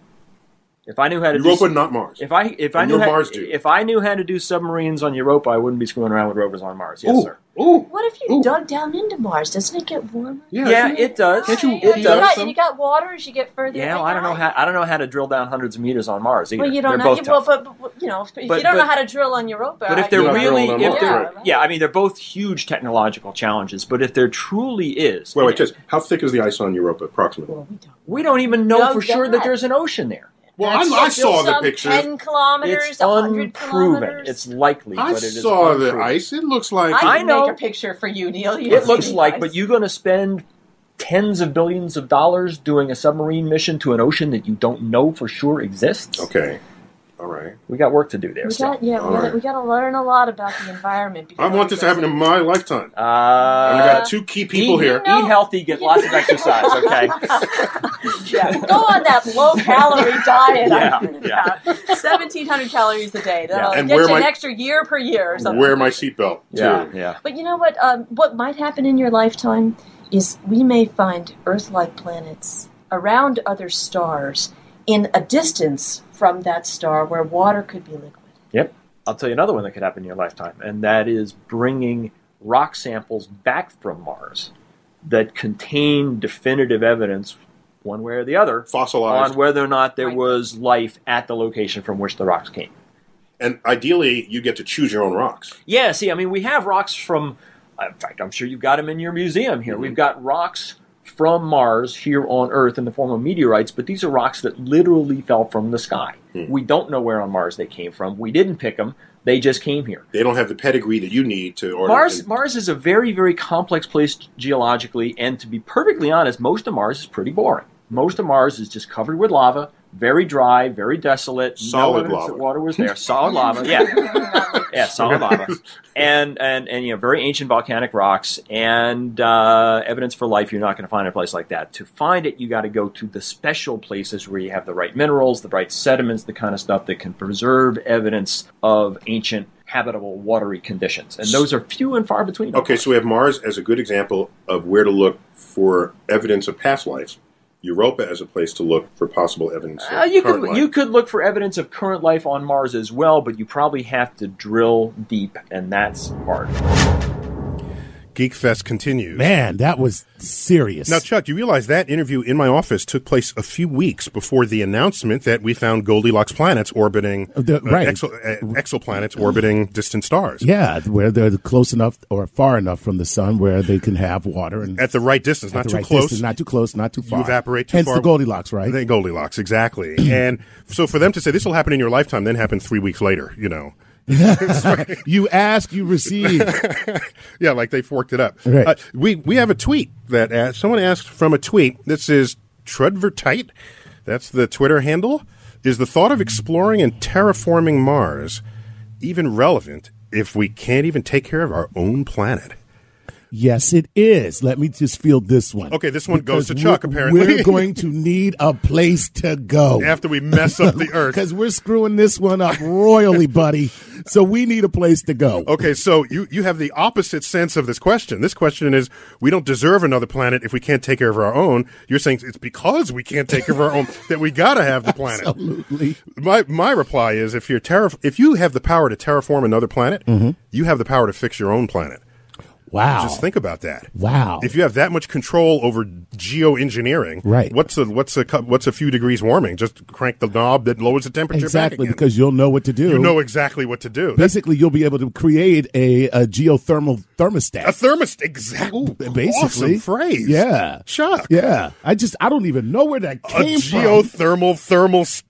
C: If I knew how to do
A: Europa, not Mars.
C: If I if I
A: And
C: knew
A: you're
C: how,
A: Mars dude.
C: if I knew how to do submarines on Europa, I wouldn't be screwing around with rovers on Mars. Yes,
A: Ooh,
C: sir.
A: ooh,
D: What if you
A: Ooh.
D: dug down into Mars? Doesn't it get warmer?
A: yeah,
C: Yeah, it does.
A: Can't you-
D: Yeah,
C: it
D: you,
C: does.
D: got, you got water as you get further.
C: Yeah, well,
D: away.
C: I don't know how I don't know how to drill down hundreds of meters on Mars either.
D: Well, you don't
C: They're
D: know.
C: both
D: you- well,
C: tough.
D: but, but you know, if, if
C: But-
D: you don't
C: but-
D: know how to drill on uh, Europa,
C: But
D: I-
C: if they're
A: Yeah, they're
C: really,
A: all on
C: if
A: Mars,
C: they're,
D: right.
C: yeah, I mean, they're both huge technological challenges. But if there truly is,
A: Wait, wait, just how thick is the ice on Europa approximately?
D: Well, we don't.
C: we don't even know
D: No,
C: for sure that
D: God.
C: there's an ocean there.
A: Well,
D: That's
A: I, I saw
D: still
A: the
D: some
A: pictures.
D: Ten kilometers,
C: It's
D: 100
C: unproven.
D: kilometers.
C: It's likely,
A: I
C: but it is
A: saw the
C: unproven.
A: ice. It looks like
D: I,
C: I
D: can
C: know.
D: make a picture for you, Neil. You
C: It
D: don't
C: looks
D: need
C: like,
D: ice.
C: but you're going to spend tens of billions of dollars doing a submarine mission to an ocean that you don't know for sure exists.
A: okay. All right.
C: We got work to do there.
D: We
C: still.
D: got, yeah,
A: All
D: we,
A: right.
D: got, we got to learn a lot about the environment.
A: I want this to happen in my lifetime.
C: Uh,
A: And I got two key people
C: eat,
A: here.
C: Eat healthy, get lots of exercise. Okay.
D: yeah, go on that low calorie diet.
C: Yeah,
D: I'm yeah. Seventeen hundred calories a day. That'll
C: Yeah.
A: And
D: get
A: wear
D: you an
A: my-
D: extra year per year or something.
A: Wear my seatbelt too.
C: yeah, yeah.
D: But you know what? Um, what might happen in your lifetime is we may find Earth-like planets around other stars in a distance from that star where water could be liquid.
C: Yep. I'll tell you another one that could happen in your lifetime, and that is bringing rock samples back from Mars that contain definitive evidence, one way or the other,
A: Fossilized.
C: on whether or not there
D: Right.
C: was life at the location from which the rocks came.
A: And ideally, you get to choose your own rocks.
C: Yeah, see, I mean, we have rocks from. uh, In fact, I'm sure you've got them in your museum here.
A: Mhm.
C: We've got rocks from Mars here on Earth in the form of meteorites, but these are rocks that literally fell from the sky.
A: Hmm.
C: We don't know where on Mars they came from. We didn't pick them. They just came here.
A: They don't have the pedigree that you need to. Or
C: Mars
A: to-
C: Mars is a very very complex place geologically, and to be perfectly honest, most of Mars is pretty boring. Most of Mars is just covered with lava, very dry, very desolate.
A: Solid
C: no evidence
A: lava.
C: That water was there. Solid lava. Yeah, yeah, solid lava, and and and you know very ancient volcanic rocks and uh, evidence for life. You're not going to find in a place like that. To find it, you got to go to the special places where you have the right minerals, the right sediments, the kind of stuff that can preserve evidence of ancient habitable watery conditions, and those are few and far between.
A: okay, so we have Mars as a good example of where to look for evidence of past lives. Europa as a place to look for possible evidence. Of
C: Uh, you
A: current
C: could
A: life.
C: you could look for evidence of current life on Mars as well, but you probably have to drill deep, and that's hard.
A: Geek Fest continues.
B: Man, that was serious.
A: Now, Chuck, you realize that interview in my office took place a few weeks before the announcement that we found Goldilocks planets orbiting
B: The- right.
A: exo- uh, exoplanets orbiting distant stars.
B: yeah, where they're close enough or far enough from the sun where they can have water and
A: At the right distance,
B: at
A: not
B: the
A: too
B: right
A: close.
B: distance, not too close, not too far.
A: You evaporate too
B: Hence
A: far.
B: the Goldilocks, right?
A: Then Goldilocks, exactly. and so for them to say this will happen in your lifetime, then happen three weeks later, you know.
B: you ask, you receive.
A: Yeah, like they forked it up.
B: Right.
A: Uh, we we have a tweet that uh, someone asked from a tweet. This is Trudvertite. That's the Twitter handle. Is the thought of exploring and terraforming Mars even relevant if we can't even take care of our own planet?
B: yes, it is. Let me just field this one.
A: Okay, this one goes
B: Because
A: to Chuck,
B: we're-
A: apparently.
B: We're going to need a place to go.
A: After we mess up the Earth.
B: Because we're screwing this one up royally, buddy. So we need a place to go.
A: Okay, so you, you have the opposite sense of this question. This question is we don't deserve another planet if we can't take care of our own. You're saying it's because we can't take care of our own that we gotta have the planet.
B: Absolutely.
A: My my reply is if you're terra- if you have the power to terraform another planet,
B: Mm-hmm.
A: you have the power to fix your own planet.
B: Wow.
A: Just think about that.
B: wow.
A: If you have that much control over geoengineering,
B: Right.
A: What's a what's a cou- what's a few degrees warming? Just crank the knob that lowers the temperature.
B: exactly,
A: back again.
B: because you'll know what to do.
A: you know exactly what to do. That's
B: Basically, you'll be able to create a, a geothermal thermostat.
A: a thermostat. Exactly.
B: basically.
A: awesome phrase.
B: Yeah.
A: Chuck.
B: Yeah. I just, I don't even know where that
A: A
B: came from.
A: geothermal thermal thermostat.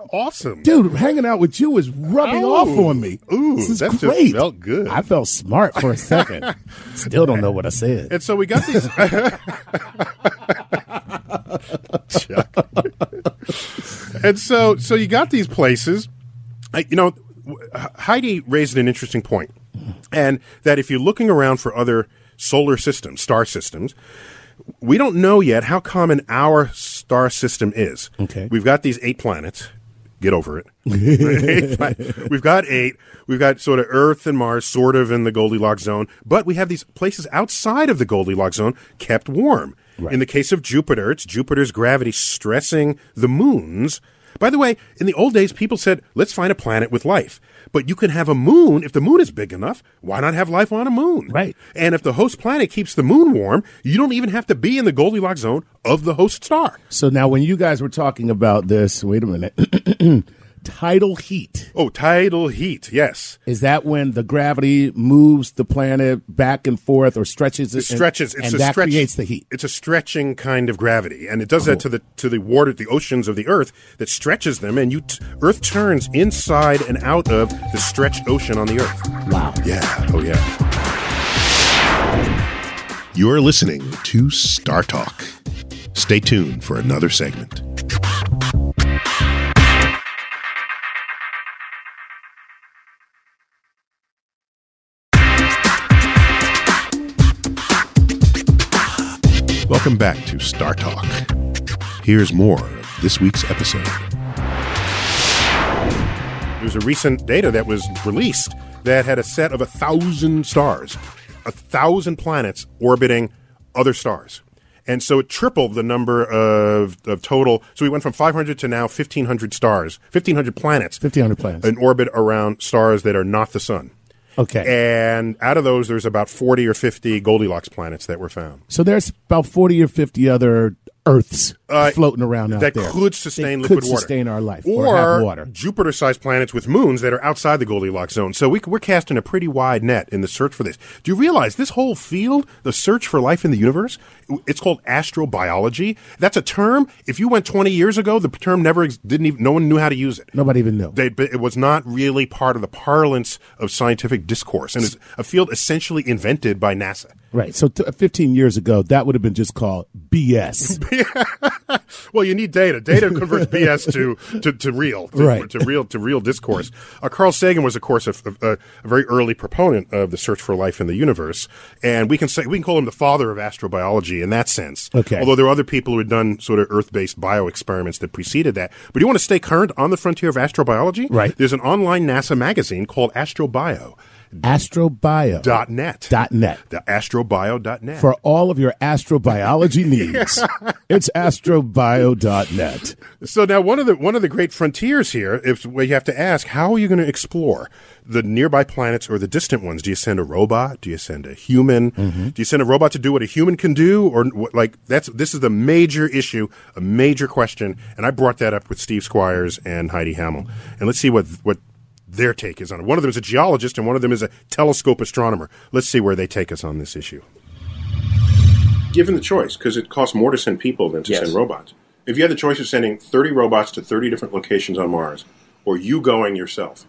B: Thermostat.
A: Awesome.
B: Dude, hanging out with you is rubbing
A: Ooh.
B: off on me.
A: Ooh,
B: this is
A: that just
B: great.
A: felt good.
B: I felt smart for a second. Still don't know what I said.
A: And so we got these. Chuck. and so, so you got these places. I, you know, w- H- Heidi raised an interesting point, and that if you're looking around for other solar systems, star systems, we don't know yet how common our star system is.
B: Okay.
A: we've got these eight planets. Get over it. Eight planet- We've got eight. We've got sort of Earth and Mars, sort of in the Goldilocks zone, but we have these places outside of the Goldilocks zone kept warm. In the case of Jupiter, it's Jupiter's gravity stressing the moons. By the way, in the old days, people said, let's find a planet with life. But you can have a moon if the moon is big enough. Why not have life on a moon?
B: Right.
A: And if the host planet keeps the moon warm, you don't even have to be in the Goldilocks zone of the host star.
B: So now, when you guys were talking about this, wait a minute. Tidal heat.
A: Oh, tidal heat. Yes.
B: Is that when the gravity moves the planet back and forth or stretches it?
A: It stretches.
B: And,
A: it's
B: and
A: a
B: that
A: stretch,
B: creates the heat. Uh-huh.
A: It's a stretching kind of gravity, and it does that to the to the water, the oceans of the Earth that stretches them, and you t- Earth turns inside and out of the stretched ocean on the Earth.
B: Wow.
A: Yeah. Oh yeah.
G: You're listening to Star Talk. Stay tuned for another segment. Welcome back to Star Talk. Here's more of this week's episode.
A: There's a recent data that was released that had a set of a thousand stars, a thousand planets orbiting other stars. And so it tripled the number of, of total. So we went from 500 to now 1,500 stars, 1,500 planets
B: 1,500 planets.
A: in orbit around stars that are not the sun.
B: okay.
A: And out of those, there's about 40 or 50 Goldilocks planets that were found.
B: so there's about 40 or 50 other Earths
A: Uh,
B: floating around out
A: that
B: there.
A: could sustain
B: They
A: liquid
B: could
A: water,
B: sustain our life
A: or,
B: or, have water.
A: Jupiter-sized planets with moons that are outside the Goldilocks zone. So we, we're casting a pretty wide net in the search for this. Do you realize this whole field, the search for life in the universe, it's called astrobiology. That's a term. If you went 20 years ago, the term never ex- didn't even no one knew how to use it.
B: Nobody even knew.
A: They, but it was not really part of the parlance of scientific discourse, and it's a field essentially invented by NASA.
B: right. So t- 15 years ago, that would have been just called BS.
A: Well, you need data. Data converts BS to, to, to real, to,
B: Right.
A: to real, to real discourse. Uh, Carl Sagan was, of course, a, a, a very early proponent of the search for life in the universe, and we can say we can call him the father of astrobiology in that sense.
B: Okay.
A: Although there were other people who had done sort of Earth-based bio experiments that preceded that. But you want to stay current on the frontier of astrobiology?
B: Right.
A: There's an online NASA magazine called AstroBio.
B: astrobio
H: Dot net.
B: dot net
H: The astrobio.net.
B: for all of your astrobiology needs. it's astrobio.net.
H: So now one of the one of the great frontiers here is where you have to ask how are you going to explore the nearby planets or the distant ones? Do you send a robot? Do you send a human? Do you send a robot to do what a human can do? Or what, like that's this is the major issue, a major question, and I brought that up with Steve Squires and Heidi Hamill, and let's see what what their take is on it. One of them is a geologist, and one of them is a telescope astronomer. Let's see where they take us on this issue.
A: given the choice, because it costs more to send people than to
C: Yes.
A: send robots. If you had the choice of sending 30 robots to 30 different locations on Mars, or you going yourself,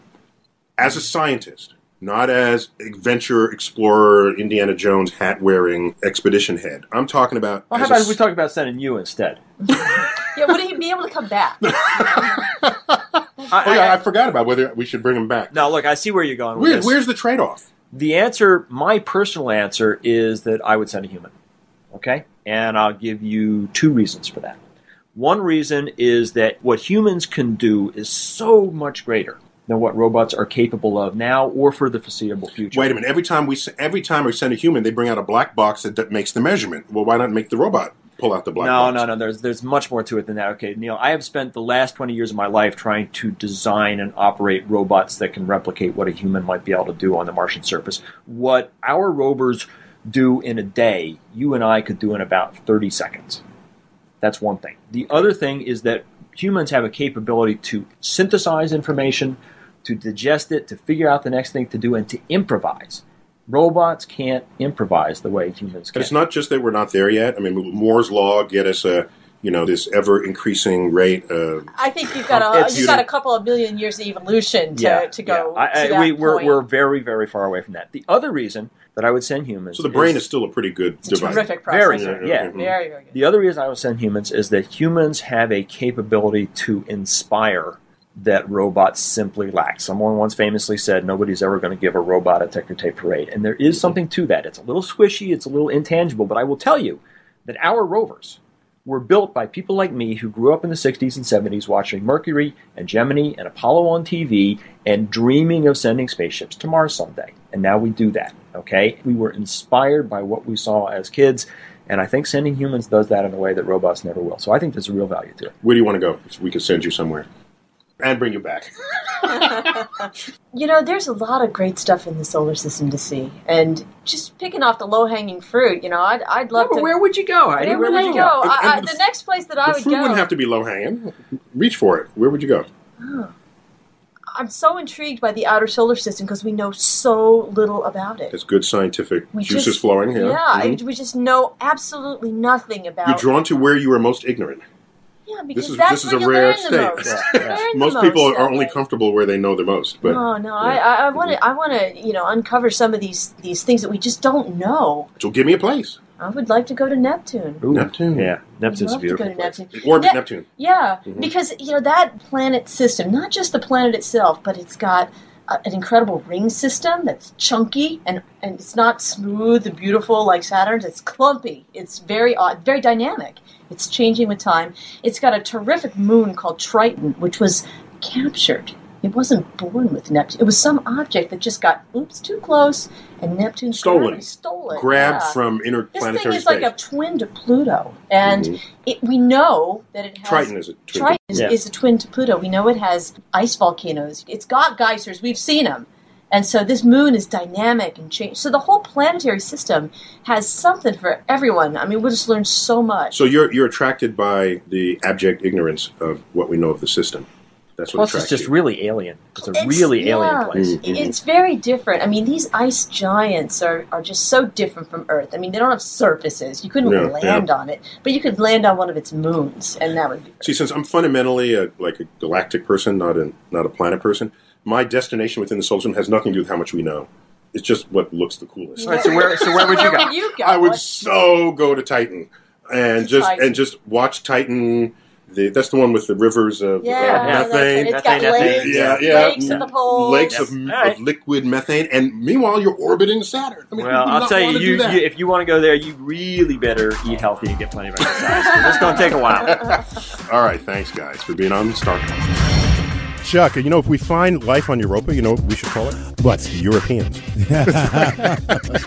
A: as a scientist, not as adventure explorer, Indiana Jones hat wearing expedition head, I'm talking about.
C: Well, how
A: as a
C: about if
A: s-
C: we talk about sending you instead?
D: Yeah, would he be able to come back?
A: oh, yeah, I forgot about whether we should bring him back.
C: Now, look, I see where you're going with
A: Where-
C: this.
A: where's the trade off?
C: The answer, my personal answer, is that I would send a human. Okay? And I'll give you two reasons for that. One reason is that what humans can do is so much greater than what robots are capable of now or for the foreseeable future.
A: Wait a minute. Every time we s- every time we send a human, they bring out a black box that, that makes the measurement. Well, why not make the robot pull out the black
C: No,
A: box?
C: no, no. There's there's much more to it than that. Okay, Neil, I have spent the last 20 years of my life trying to design and operate robots that can replicate what a human might be able to do on the Martian surface. What our rovers do in a day, you and I could do in about 30 seconds. That's one thing. The other thing is that humans have a capability to synthesize information, to digest it, to figure out the next thing to do, and to improvise. Robots can't improvise the way humans can.
A: And it's not just that we're not there yet. I mean, Moore's law get us a you know this ever increasing rate of
D: I think you've got a
C: It's-
D: you've got a couple of million years of evolution to, to go.
C: I- I-
D: to that
C: we, we're,
D: point.
C: we're very, very far away from that. The other reason that I would send humans.
A: So the brain is still a pretty good
D: it's a
A: device.
D: terrific
C: Very
D: process.
C: good, yeah.
D: Very, very good.
C: The other reason I would send humans is that humans have a capability to inspire that robots simply lack. Someone once famously said, nobody's ever going to give a robot a ticker tape parade. And there is something to that. It's a little squishy, it's a little intangible, but I will tell you that our rovers were built by people like me who grew up in the 60s and 70s watching Mercury and Gemini and Apollo on TV and dreaming of sending spaceships to Mars someday. And now we do that, okay? We were inspired by what we saw as kids, and I think sending humans does that in a way that robots never will. So I think there's a real value to it.
A: Where do you want to go? We can send you somewhere and bring you back.
D: You know, there's a lot of great stuff in the solar system to see, and just picking off the low hanging fruit. You know, I'd I'd love to.
C: where would you go, Heidi?
D: where would you go?
A: And-
D: I, I,
A: and
D: the
A: the
D: next place that I
A: the
D: would
A: food
D: go.
A: wouldn't have to be low hanging. Reach for it. Where would you go?
D: I'm so intrigued by the outer solar system because we know so little about it.
A: That's good scientific
D: We
A: juices
D: just-
A: flowing. Yeah.
D: Yeah, I-
A: Mhm.
D: we just know absolutely nothing about.
A: You're drawn to where you are most ignorant.
D: yeah, because
A: is-
D: that's
A: this is
D: where
A: a
D: you
A: rare
D: learn the
A: state.
D: most.
A: Yeah,
D: You learn the
A: Most people
D: most
A: are
D: that
A: only
D: way.
A: comfortable where they know the most. But
D: Oh, No, no, I
A: yeah.
D: I want to I want to you know uncover some of these these things that we just don't know.
A: so give me a place.
D: I would like to go to Neptune.
A: Neptune.
C: Yeah, Neptune's a
D: I'd love to go
C: beautiful
D: to
C: place.
D: Neptune.
A: Orbit
D: Ne-
A: Neptune. Mm-hmm.
D: Yeah, because you know that planet system, not just the planet itself, but it's got a, an incredible ring system that's chunky and and it's not smooth and beautiful like Saturn's. It's clumpy. It's very odd, very dynamic. It's changing with time. It's got a terrific moon called Triton, which was captured. It wasn't born with Neptune. It was some object that just got oops too close, and Neptune
A: Stolen.
D: grabbed it. stolen,
A: Grabbed
D: yeah.
A: from
D: This thing
A: interplanetary
D: is
A: space. Mm-hmm.
D: like a twin to Pluto, and it, we know that it has
A: Triton is a twin to-
D: Triton is,
C: Yeah.
D: is a twin to Pluto. We know it has ice volcanoes. It's got geysers. We've seen them, and so this moon is dynamic and change. So the whole planetary system has something for everyone. I mean, we just learn so much.
A: so you're you're attracted by the abject ignorance of what we know of the system. That's what
C: Plus,
A: attracts
C: it's just
A: you.
C: really alien. It's a
D: It's-
C: really alien
D: yeah.
C: place.
A: Mm-hmm.
D: It- It's very different. I mean, these ice giants are, are just so different from Earth. I mean, they don't have surfaces. You couldn't
A: Yeah,
D: land on it, but you could land on one of its moons, and that would be
A: See, since I'm fundamentally a, like a galactic person, not a not a planet person, my destination within the solar system has nothing to do with how much we know. It's just what looks the coolest.
C: All right, so where, so where would you
D: Where
C: go?
D: would you go?
A: I would
D: What-
A: so go to Titan and
D: To
A: just
D: Titan.
A: and just watch Titan. The, that's the one with the rivers of
D: Yeah,
A: uh,
D: that's
A: methane.
D: it. It's got
C: Methane,
D: lakes,
C: methane.
A: Yeah, yeah. Mm.
D: lakes at the poles.
A: Lakes
C: Yes.
A: of,
C: All right.
A: of liquid methane, and meanwhile you're orbiting Saturn. I mean, who
C: Well,
A: would
C: I'll
A: not
C: tell you,
A: wanna do
C: you,
A: that?
C: you if you want to go there, you really better eat healthy and get plenty of exercise. 'cause It's going to take a while.
A: All right, thanks guys for being on Star Trek.
G: Chuck, you know, if we find life on Europa, you know what we should call it?
I: What?
G: Europeans.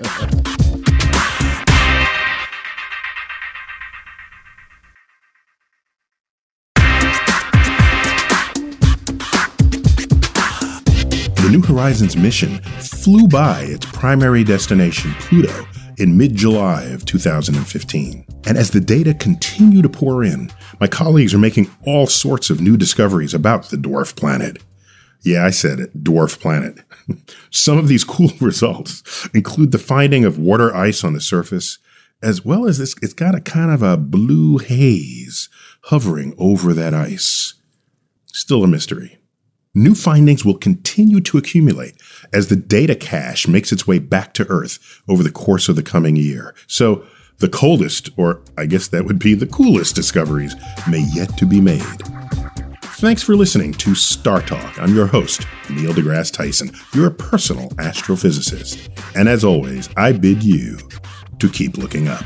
A: The New Horizons mission flew by its primary destination, Pluto, in mid July of 2015. And as the data continue to pour in, my colleagues are making all sorts of new discoveries about the dwarf planet. Yeah, I said it, dwarf planet. Some of these cool results include the finding of water ice on the surface, as well as this, it's got a kind of a blue haze hovering over that ice. Still a mystery. New findings will continue to accumulate as the data cache makes its way back to Earth over the course of the coming year. So, the coldest, or I guess that would be the coolest discoveries, may yet to be made. Thanks for listening to Star Talk. I'm your host, Neil deGrasse Tyson, your personal astrophysicist. And as always, I bid you to keep looking up.